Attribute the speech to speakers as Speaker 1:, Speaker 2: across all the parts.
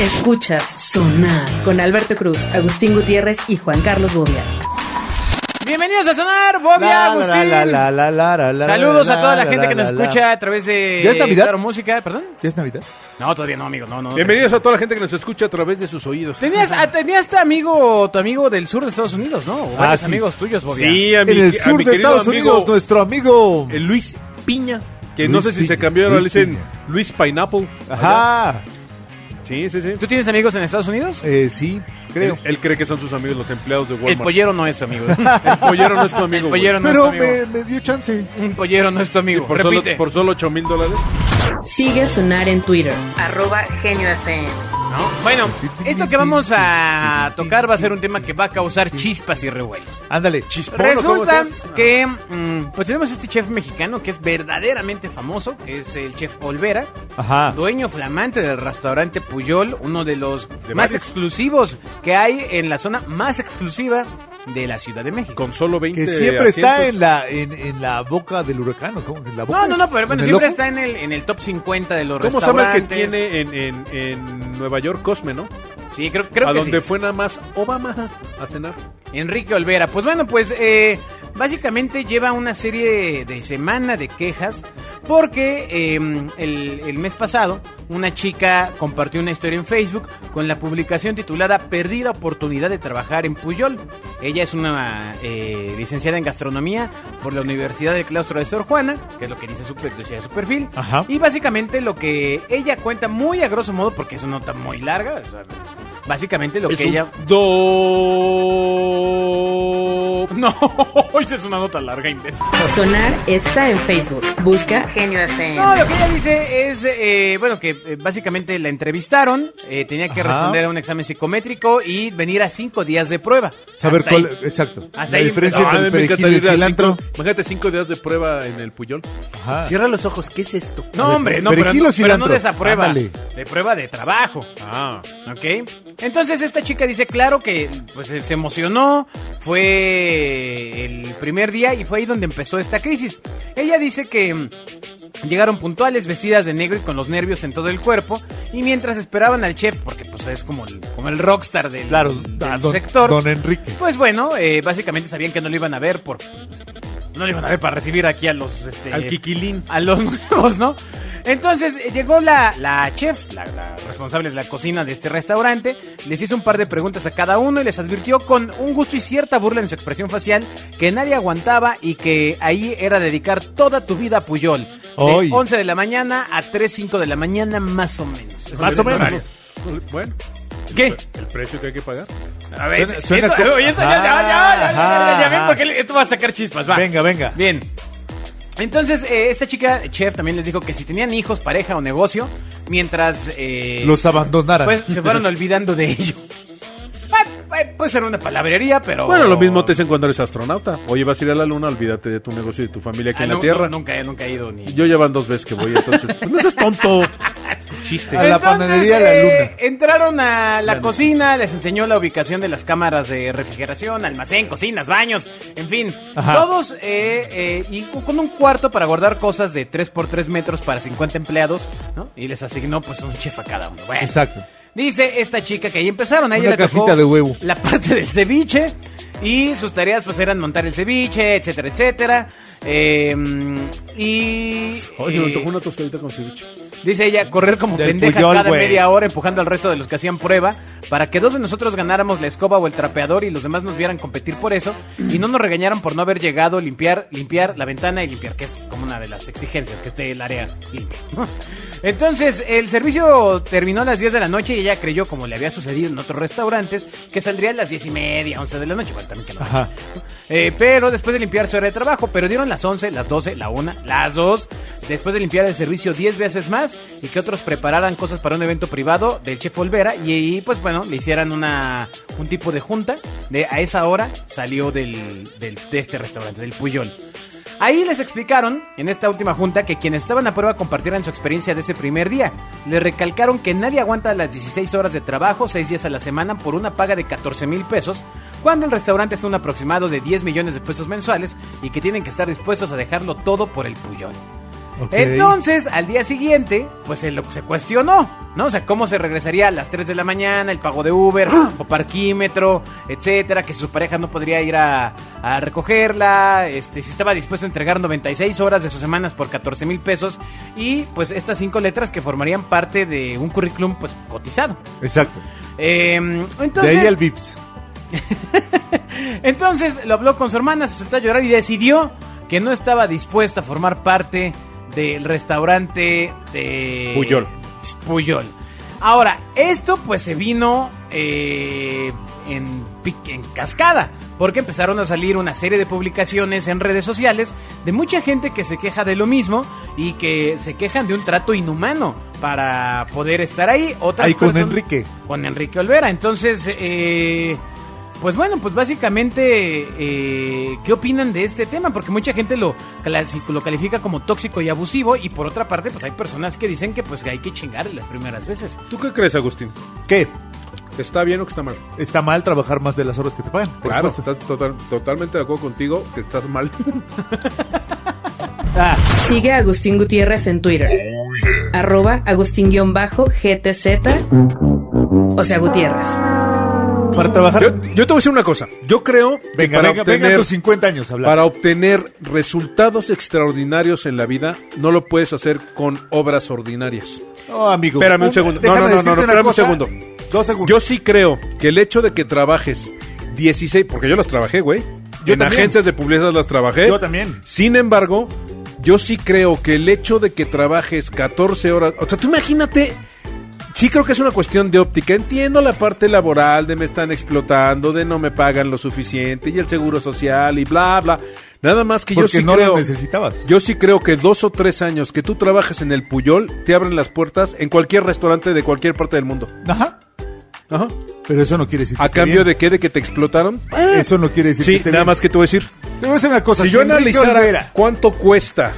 Speaker 1: Escuchas Sonar con Alberto Cruz, Agustín Gutiérrez y Juan Carlos Bobia.
Speaker 2: Bienvenidos a Sonar, Bobia,
Speaker 3: La, la,
Speaker 2: Agustín.
Speaker 3: la, la, la, la, la, la,
Speaker 2: Saludos
Speaker 3: la,
Speaker 2: a toda la
Speaker 3: la,
Speaker 2: gente
Speaker 3: la,
Speaker 2: que nos
Speaker 3: la, la.
Speaker 2: escucha a través de
Speaker 3: ¿Ya es Navidad?
Speaker 2: Claro Música, perdón.
Speaker 3: ¿Ya es Navidad?
Speaker 2: No, todavía no, amigo. No, no. no.
Speaker 4: Bienvenidos a toda la gente que nos escucha a través de sus oídos.
Speaker 2: Tenías a, tenías tu amigo, tu amigo del sur de Estados Unidos, ¿no? O varios
Speaker 3: Ah, sí.
Speaker 2: amigos tuyos, Bobia.
Speaker 4: Sí, a mi,
Speaker 3: en el
Speaker 4: a
Speaker 3: sur
Speaker 4: mi
Speaker 3: de
Speaker 4: querido
Speaker 3: Estados
Speaker 4: amigo,
Speaker 3: Unidos, nuestro amigo.
Speaker 4: eh, Luis Piña, que no
Speaker 3: Luis
Speaker 4: sé si
Speaker 3: Piña,
Speaker 4: se cambió, ahora le
Speaker 3: Luis
Speaker 4: dicen
Speaker 3: Piña.
Speaker 4: Luis Pineapple. Allá.
Speaker 3: Ajá.
Speaker 4: Sí, sí, sí.
Speaker 2: ¿Tú tienes amigos en Estados Unidos?
Speaker 3: Eh, sí, creo.
Speaker 4: Él, él cree que son sus amigos los empleados de Walmart.
Speaker 2: El pollero no es amigo.
Speaker 4: El pollero no es tu amigo.
Speaker 2: El
Speaker 4: güey.
Speaker 2: pollero no
Speaker 3: Pero
Speaker 2: es tu amigo.
Speaker 3: me, me dio chance.
Speaker 2: Un pollero no es tu amigo.
Speaker 4: Por solo,
Speaker 2: Repite.
Speaker 4: por solo 8 mil dólares.
Speaker 1: Sigue a Sonar en Twitter, arroba Genio FM.
Speaker 2: ¿No? Bueno, esto que vamos a tocar va a ser un tema que va a causar chispas y revuelo.
Speaker 3: Ándale.
Speaker 4: Chispón, ¿o cómo
Speaker 2: Resulta
Speaker 4: se hace?
Speaker 2: que mm, pues tenemos este chef mexicano que es verdaderamente famoso, que es el chef Olvera,
Speaker 3: Ajá.
Speaker 2: dueño flamante del restaurante Puyol, uno de los
Speaker 4: De
Speaker 2: más
Speaker 4: varios.
Speaker 2: exclusivos que hay en la zona más exclusiva de la Ciudad de México.
Speaker 4: Con solo 20
Speaker 3: Que siempre está
Speaker 4: asientos.
Speaker 3: en la, en, en la boca del huracán. ¿o cómo? ¿En la boca
Speaker 2: No, no, no,
Speaker 3: es?
Speaker 2: pero bueno,
Speaker 3: ¿En el
Speaker 2: siempre
Speaker 3: ojo?
Speaker 2: está en el, en el top 50 de los
Speaker 4: pues? ¿Cómo se llama el que
Speaker 2: restaurantes.
Speaker 4: tiene en, en, en Nueva York Cosme, no?
Speaker 2: Sí, creo, creo
Speaker 4: a
Speaker 2: que
Speaker 4: donde
Speaker 2: sí.
Speaker 4: fue nada más Obama a cenar.
Speaker 2: Enrique Olvera. Pues bueno, pues eh, básicamente lleva una serie de semana de quejas porque eh, el, el mes pasado una chica compartió una historia en Facebook con la publicación titulada Perdida oportunidad de trabajar en Puyol. Ella es una eh, licenciada en gastronomía por la Universidad del Claustro de Sor Juana, que es lo que dice su, decía su perfil.
Speaker 3: Ajá.
Speaker 2: Y básicamente lo que ella cuenta muy a grosso modo, porque es una nota muy larga, o sea, básicamente lo
Speaker 4: Es
Speaker 2: que
Speaker 4: un
Speaker 2: ella...
Speaker 4: do-
Speaker 2: No, esa es una nota larga, imbécil.
Speaker 1: Sonar está en Facebook. Busca Genio FM.
Speaker 2: No, lo que ella dice es, eh, bueno, que eh, básicamente la entrevistaron, eh, tenía que
Speaker 3: Ajá.
Speaker 2: responder a un examen psicométrico y venir a cinco días de prueba.
Speaker 3: Saber
Speaker 2: Hasta
Speaker 3: cuál.
Speaker 2: ahí.
Speaker 3: Exacto.
Speaker 2: Hasta
Speaker 3: la
Speaker 2: ahí-
Speaker 3: diferencia
Speaker 4: Ah,
Speaker 3: entre
Speaker 4: me
Speaker 3: el perejil y
Speaker 4: encantaría
Speaker 3: el
Speaker 4: ir a
Speaker 3: cilantro.
Speaker 4: cinco- imagínate cinco días de prueba en el Puyol.
Speaker 3: Ajá.
Speaker 4: Cierra los ojos, ¿qué es esto?
Speaker 2: No, hombre, no, pero,
Speaker 3: Perejil
Speaker 2: no-
Speaker 3: o
Speaker 2: pero no
Speaker 3: cilantro.
Speaker 2: de esa prueba,
Speaker 3: Ándale.
Speaker 2: de prueba de trabajo.
Speaker 4: Ah,
Speaker 2: ¿Ok? Entonces esta chica dice, claro que pues se se emocionó, fue el primer día y fue ahí donde empezó esta crisis. Ella dice que mm, llegaron puntuales, vestidas de negro y con los nervios en todo el cuerpo, y mientras esperaban al chef, porque pues es como el, como el rockstar del,
Speaker 3: Claro,
Speaker 2: del
Speaker 3: a don-
Speaker 2: sector,
Speaker 3: don Enrique.
Speaker 2: pues bueno, eh, básicamente sabían que no lo iban a ver por... No lo iban a ver para recibir aquí a los... Este,
Speaker 4: al Kikilín.
Speaker 2: a los nuevos, ¿no? Entonces eh, llegó la, la chef, la, la responsable de la cocina de este restaurante, les hizo un par de preguntas a cada uno y les advirtió con un gusto y cierta burla en su expresión facial que nadie aguantaba y que ahí era dedicar toda tu vida a Puyol. De
Speaker 3: Ay.
Speaker 2: 11 de la mañana a 3, 5 de la mañana más o menos. Es
Speaker 3: Más
Speaker 2: el
Speaker 3: o menos.
Speaker 2: horario.
Speaker 4: Bueno,
Speaker 2: ¿Qué?
Speaker 4: el precio que hay que pagar.
Speaker 2: A ver,
Speaker 3: Suena- suena
Speaker 2: esto-
Speaker 3: como-
Speaker 2: oye, esto ya, ya, ya, ya, ya, ya, ya, ya,
Speaker 3: Ajá.
Speaker 2: ven, porque le- esto va a sacar chispas, va.
Speaker 3: Venga, venga.
Speaker 2: Bien. Entonces, eh, esta chica, chef, también les dijo que si tenían hijos, pareja o negocio, mientras... eh,
Speaker 3: Los abandonaran.
Speaker 2: Pues se fueron olvidando de ello. Ah, eh, Puede ser una palabrería, pero...
Speaker 4: Bueno, lo mismo te dicen cuando eres astronauta. Oye, vas a ir a la luna, olvídate de tu negocio y de tu familia
Speaker 2: Ah,
Speaker 4: aquí en la
Speaker 2: no,
Speaker 4: Tierra.
Speaker 2: no, nunca, he- nunca he ido ni...
Speaker 4: Yo ya van dos veces que voy, entonces. pues, no seas tonto. Chiste.
Speaker 3: A la panadería La Luna.
Speaker 2: eh, Entraron a la
Speaker 4: Luna.
Speaker 2: cocina, les enseñó la ubicación de las cámaras de refrigeración, almacén, cocinas, baños, en fin.
Speaker 3: Ajá.
Speaker 2: Todos eh, eh, y cu- con un cuarto para guardar cosas de 3 por 3 metros para 50 empleados, ¿no? Y les asignó pues un chef a cada uno. Bueno.
Speaker 3: Exacto.
Speaker 2: Dice esta chica que ahí empezaron, ahí
Speaker 3: Una
Speaker 2: le tocó
Speaker 3: cajita de huevo.
Speaker 2: La parte del ceviche. Y sus tareas pues eran montar el ceviche, etcétera, etcétera. Eh, y...
Speaker 4: Oye, me
Speaker 2: eh,
Speaker 4: tocó una tostadita con ceviche.
Speaker 2: Dice ella, correr como
Speaker 3: Del
Speaker 2: pendeja
Speaker 3: Puyol,
Speaker 2: cada
Speaker 3: güey.
Speaker 2: media hora empujando al resto de los que hacían prueba para que dos de nosotros ganáramos la escoba o el trapeador y los demás nos vieran competir por eso y no nos regañaran por no haber llegado, limpiar, limpiar la ventana y limpiar, que es como una de las exigencias, que esté el área limpia. Entonces, el servicio terminó a las 10 de la noche y ella creyó, como le había sucedido en otros restaurantes, que saldría a las 10 y media, 11 de la noche. Bueno, también que no.
Speaker 3: Ajá.
Speaker 2: Eh, pero después de limpiar su hora de trabajo, pero dieron las 11, las 12, la 1, las 2. Después de limpiar el servicio 10 veces más y que otros prepararan cosas para un evento privado del chef Olvera. Y, ahí, pues bueno, le hicieran una, un tipo de junta. De, a esa hora salió del, del- de este restaurante, del Puyol. Ahí les explicaron, en esta última junta, que quienes estaban a prueba compartieran su experiencia de ese primer día. Les recalcaron que nadie aguanta las 16 horas de trabajo, 6 días a la semana, por una paga de 14 mil pesos, cuando el restaurante es un aproximado de 10 millones de pesos mensuales y que tienen que estar dispuestos a dejarlo todo por el puyol.
Speaker 3: Ok.
Speaker 2: Entonces, al día siguiente, pues se, lo, se cuestionó, ¿no? O sea, cómo se regresaría a las 3 de la mañana, el pago de Uber o parquímetro, etcétera, que su pareja no podría ir a, a recogerla, este, si estaba dispuesto a entregar 96 horas de sus semanas por 14 mil pesos y pues estas cinco letras que formarían parte de un currículum pues cotizado.
Speaker 3: Exacto.
Speaker 2: Eh, entonces,
Speaker 3: de ahí al VIPS.
Speaker 2: entonces lo habló con su hermana, se soltó a llorar y decidió que no estaba dispuesta a formar parte del restaurante de
Speaker 4: Puyol.
Speaker 2: Puyol. Ahora, esto pues se vino eh, en, pi- en cascada, porque empezaron a salir una serie de publicaciones en redes sociales de mucha gente que se queja de lo mismo y que se quejan de un trato inhumano para poder estar ahí. Otras
Speaker 3: Ahí con
Speaker 2: personas-
Speaker 3: Enrique.
Speaker 2: con Enrique Olvera. Entonces, eh, pues bueno, pues básicamente, eh, ¿qué opinan de este tema? Porque mucha gente lo, clasi- lo califica como tóxico y abusivo y por otra parte, pues hay personas que dicen que pues hay que chingar las primeras veces.
Speaker 4: ¿Tú qué crees, Agustín?
Speaker 3: ¿Qué?
Speaker 4: ¿Está bien o que está mal?
Speaker 3: Está mal trabajar más de las horas que te pagan. Por
Speaker 4: claro,
Speaker 3: supuesto.
Speaker 4: estás total- totalmente de acuerdo contigo que estás mal.
Speaker 1: Sigue a Agustín Gutiérrez en Twitter. Arroba Agustín-GTZ. O sea, Gutiérrez.
Speaker 3: Para trabajar.
Speaker 4: Yo, yo te voy a decir una cosa. Yo creo que
Speaker 3: venga,
Speaker 4: para
Speaker 3: venga, venga a
Speaker 4: obtener
Speaker 3: tus 50 años a hablar.
Speaker 4: Para obtener resultados extraordinarios en la vida, no lo puedes hacer con obras ordinarias.
Speaker 3: No, amigo.
Speaker 4: Espérame un segundo. No,
Speaker 3: déjame
Speaker 4: no, no, no,
Speaker 3: decirte
Speaker 4: no,
Speaker 3: una
Speaker 4: espérame un
Speaker 3: cosa.
Speaker 4: segundo.
Speaker 3: Dos segundos.
Speaker 4: Yo sí creo que el hecho de que trabajes 16, porque yo las trabajé, güey.
Speaker 3: Yo
Speaker 4: en
Speaker 3: también.
Speaker 4: agencias de publicidad las trabajé.
Speaker 3: Yo también.
Speaker 4: Sin embargo, yo sí creo que el hecho de que trabajes 14 horas, o sea, tú imagínate Sí creo que es una cuestión de óptica. Entiendo la parte laboral de me están explotando, de no me pagan lo suficiente y el seguro social y bla bla. Nada más que
Speaker 3: Porque
Speaker 4: yo sí
Speaker 3: no lo
Speaker 4: creo.
Speaker 3: necesitabas.
Speaker 4: Yo sí creo que dos o tres años que tú trabajes en el Puyol te abren las puertas en cualquier restaurante de cualquier parte del mundo.
Speaker 3: Ajá.
Speaker 4: Ajá.
Speaker 3: Pero eso no quiere decir que
Speaker 4: A
Speaker 3: esté
Speaker 4: cambio
Speaker 3: bien. Ah.
Speaker 4: de qué, de que te explotaron.
Speaker 3: Eso no quiere decir que
Speaker 4: Sí,
Speaker 3: esté
Speaker 4: nada
Speaker 3: bien.
Speaker 4: más que te voy a decir.
Speaker 3: Te voy a decir una cosa.
Speaker 4: Si yo
Speaker 3: Enrique
Speaker 4: analizara
Speaker 3: Olvera-
Speaker 4: cuánto cuesta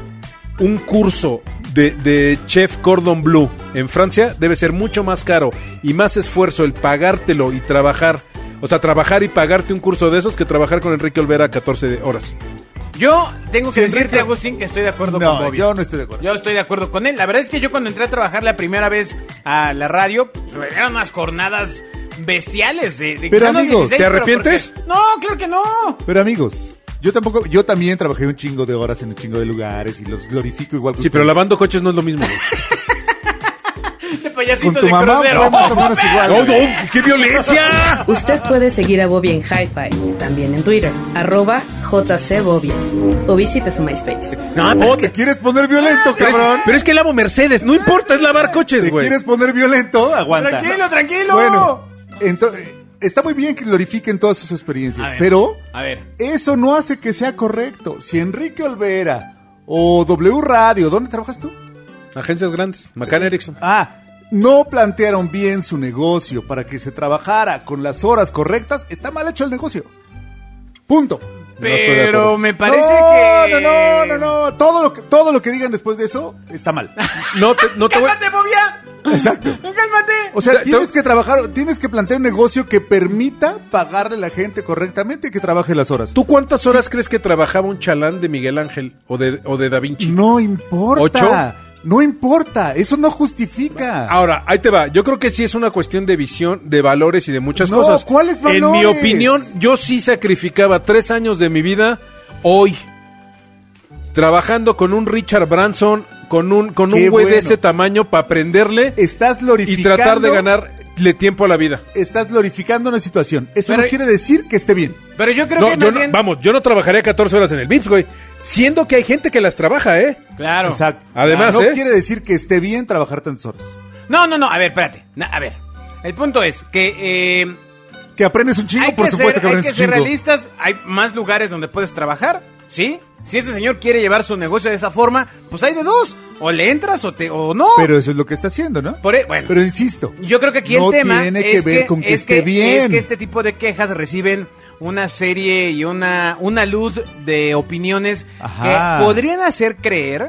Speaker 4: un curso de, de chef cordon bleu en Francia, debe ser mucho más caro y más esfuerzo el pagártelo y trabajar. O sea, trabajar y pagarte un curso de esos que trabajar con Enrique Olvera 14 de horas.
Speaker 2: Yo tengo que
Speaker 3: Sí,
Speaker 2: decirte,
Speaker 3: Enrique.
Speaker 2: Agustín, que estoy de acuerdo con
Speaker 3: No,
Speaker 2: Bobby.
Speaker 3: yo no estoy de acuerdo.
Speaker 2: Yo estoy de acuerdo con él. La verdad es que yo cuando entré a trabajar la primera vez a la radio, pues, eran unas jornadas bestiales. De, de-
Speaker 3: Pero,
Speaker 2: quizá no
Speaker 3: amigo,
Speaker 4: ¿te
Speaker 2: pero
Speaker 4: arrepientes?
Speaker 2: porque- No, claro que no.
Speaker 3: Pero amigos, yo tampoco, yo también trabajé un chingo de horas en un chingo de lugares y los glorifico igual que
Speaker 4: Sí, pero
Speaker 3: ustedes.
Speaker 4: lavando coches no es lo mismo.
Speaker 2: De
Speaker 3: con
Speaker 2: payasito
Speaker 3: tu
Speaker 2: de
Speaker 3: mamá pues,
Speaker 2: crucero.
Speaker 3: fue más o menos igual.
Speaker 4: ¡No, no! ¡Qué violencia!
Speaker 1: Usted puede seguir a Bobby en Hi-Fi, también en Twitter, arroba jcbobby, o visite su MySpace.
Speaker 4: No,
Speaker 3: Oh, te quieres poner violento,
Speaker 4: Ah, pero, es,
Speaker 3: cabrón.
Speaker 4: pero es que lavo Mercedes. No importa, es lavar coches,
Speaker 3: Te
Speaker 4: güey.
Speaker 3: quieres poner violento, aguanta.
Speaker 2: Tranquilo, tranquilo.
Speaker 3: Bueno, entonces está muy bien que glorifiquen todas sus experiencias,
Speaker 2: A ver,
Speaker 3: pero
Speaker 2: a ver.
Speaker 3: eso no hace que sea correcto. Si Enrique Olvera o W Radio, ¿dónde trabajas tú?
Speaker 4: Agencias grandes. McCann Erickson.
Speaker 3: Ah, no plantearon bien su negocio para que se trabajara con las horas correctas, está mal hecho el negocio. Punto.
Speaker 4: No estoy de
Speaker 2: Pero
Speaker 4: acuerdo.
Speaker 2: me parece
Speaker 3: no,
Speaker 2: que.
Speaker 3: No, no, no, no. Todo lo que, todo lo que digan después de eso está mal.
Speaker 4: No te, no te voy
Speaker 2: ¡Cálmate, Bobia!
Speaker 3: Exacto.
Speaker 2: ¡Cálmate!
Speaker 3: O sea,
Speaker 4: Te-
Speaker 3: tienes
Speaker 4: te-
Speaker 3: que trabajar, tienes que plantear un negocio que permita pagarle a la gente correctamente y que trabaje las horas.
Speaker 4: ¿Tú cuántas horas crees que trabajaba un chalán de Miguel Ángel o de, o de Da Vinci?
Speaker 3: No importa.
Speaker 4: ¿Ocho?
Speaker 3: No importa. Eso no
Speaker 2: Ah,
Speaker 3: justifica.
Speaker 4: Ahora, ahí te va. Yo creo que sí es una cuestión de visión, de valores y de muchas
Speaker 3: No,
Speaker 4: cosas.
Speaker 3: ¿cuáles
Speaker 4: En mi
Speaker 3: valores?
Speaker 4: opinión, yo sí sacrificaba tres años de mi vida hoy. Trabajando con un Richard Branson, con un, con un
Speaker 3: Qué
Speaker 4: güey de
Speaker 3: bueno.
Speaker 4: ese tamaño para aprenderle
Speaker 3: Estás
Speaker 4: y
Speaker 3: glorificando.
Speaker 4: tratar de ganarle tiempo a la vida.
Speaker 3: Estás glorificando una situación. Eso
Speaker 4: Pero-
Speaker 3: no quiere decir que esté bien.
Speaker 2: Pero yo creo
Speaker 4: No,
Speaker 2: que
Speaker 4: yo
Speaker 2: más
Speaker 4: no-
Speaker 2: bien-
Speaker 4: vamos, yo no trabajaría 14 horas en el VIPS, güey. Siendo que hay gente que las trabaja, ¿eh?
Speaker 2: Claro.
Speaker 3: Exacto.
Speaker 4: Además,
Speaker 3: no
Speaker 4: ¿eh?
Speaker 3: quiere decir que esté bien trabajar tantas horas.
Speaker 2: No, no, no. A ver, espérate. Na- a ver. El punto es que. eh,
Speaker 3: Que aprendes un chingo,
Speaker 2: hay
Speaker 3: por
Speaker 2: que
Speaker 3: supuesto
Speaker 2: ser,
Speaker 3: que
Speaker 2: hay
Speaker 3: aprendes
Speaker 2: que ser
Speaker 3: un chingo.
Speaker 2: realistas. Hay más lugares donde puedes trabajar, ¿sí? Si este señor quiere llevar su negocio de esa forma, pues hay de dos. O le entras o, te, o no.
Speaker 3: Pero eso es lo que está haciendo, ¿no?
Speaker 2: Por e- bueno.
Speaker 3: Pero insisto.
Speaker 2: Yo creo que aquí
Speaker 3: no
Speaker 2: el tema
Speaker 3: tiene que
Speaker 2: es
Speaker 3: ver con que
Speaker 2: es
Speaker 3: esté bien.
Speaker 2: es que este tipo de quejas reciben una serie y una, una luz de opiniones
Speaker 3: Ajá.
Speaker 2: que podrían hacer creer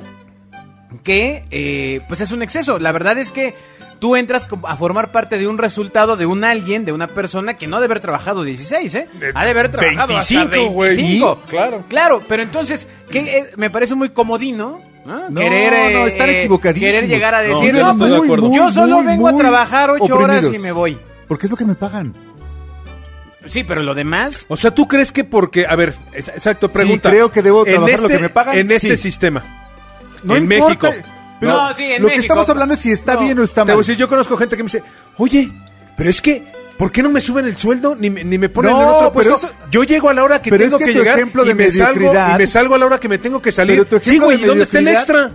Speaker 2: que eh, pues es un exceso. La verdad es que tú entras co- a formar parte de un resultado de un alguien, de una persona que no ha de haber trabajado 16, ¿eh? Ha de haber trabajado
Speaker 4: 25,
Speaker 2: 25, hasta
Speaker 4: güey.
Speaker 2: 25.
Speaker 4: Sí, claro.
Speaker 2: Claro, pero entonces, que me parece eh, muy comodino,
Speaker 3: No, no, están
Speaker 2: eh,
Speaker 3: equivocadísimos.
Speaker 2: Querer llegar a
Speaker 4: No,
Speaker 2: decir,
Speaker 4: yo no
Speaker 2: no,
Speaker 4: estoy
Speaker 2: pues,
Speaker 4: de acuerdo.
Speaker 2: yo solo vengo a trabajar ocho horas y
Speaker 3: oprimidos.
Speaker 2: me voy.
Speaker 3: Porque es lo que me pagan.
Speaker 2: Sí, pero lo demás...
Speaker 4: O sea, ¿tú crees que porque, a ver, es- exacto, pregunta.
Speaker 3: creo que debo
Speaker 4: En
Speaker 3: trabajar lo que me pagan,
Speaker 4: En este
Speaker 3: sí.
Speaker 4: sistema.
Speaker 3: No
Speaker 4: en
Speaker 3: importa,
Speaker 4: México.
Speaker 3: Pero
Speaker 2: No, sí, en
Speaker 3: lo que
Speaker 2: México.
Speaker 3: estamos hablando es si está
Speaker 2: No,
Speaker 3: bien o está
Speaker 4: Te voy a
Speaker 3: mal.
Speaker 4: decir, yo conozco gente que me dice, oye, pero es que, ¿por qué no me suben el sueldo ni, me- ni me ponen
Speaker 3: No,
Speaker 4: en otro
Speaker 3: pero
Speaker 4: puesto?
Speaker 3: eso-
Speaker 4: yo llego a la hora que
Speaker 3: pero
Speaker 4: tengo
Speaker 3: es que
Speaker 4: que,
Speaker 3: tu
Speaker 4: llegar
Speaker 3: ejemplo
Speaker 4: y,
Speaker 3: de
Speaker 4: me salgo,
Speaker 3: mediocridad-
Speaker 4: y me salgo a la hora que me tengo que salir.
Speaker 3: Pero tu
Speaker 4: sí,
Speaker 3: ejemplo
Speaker 4: güey,
Speaker 3: de
Speaker 4: ¿y dónde está el
Speaker 3: mediocridad-
Speaker 4: extra?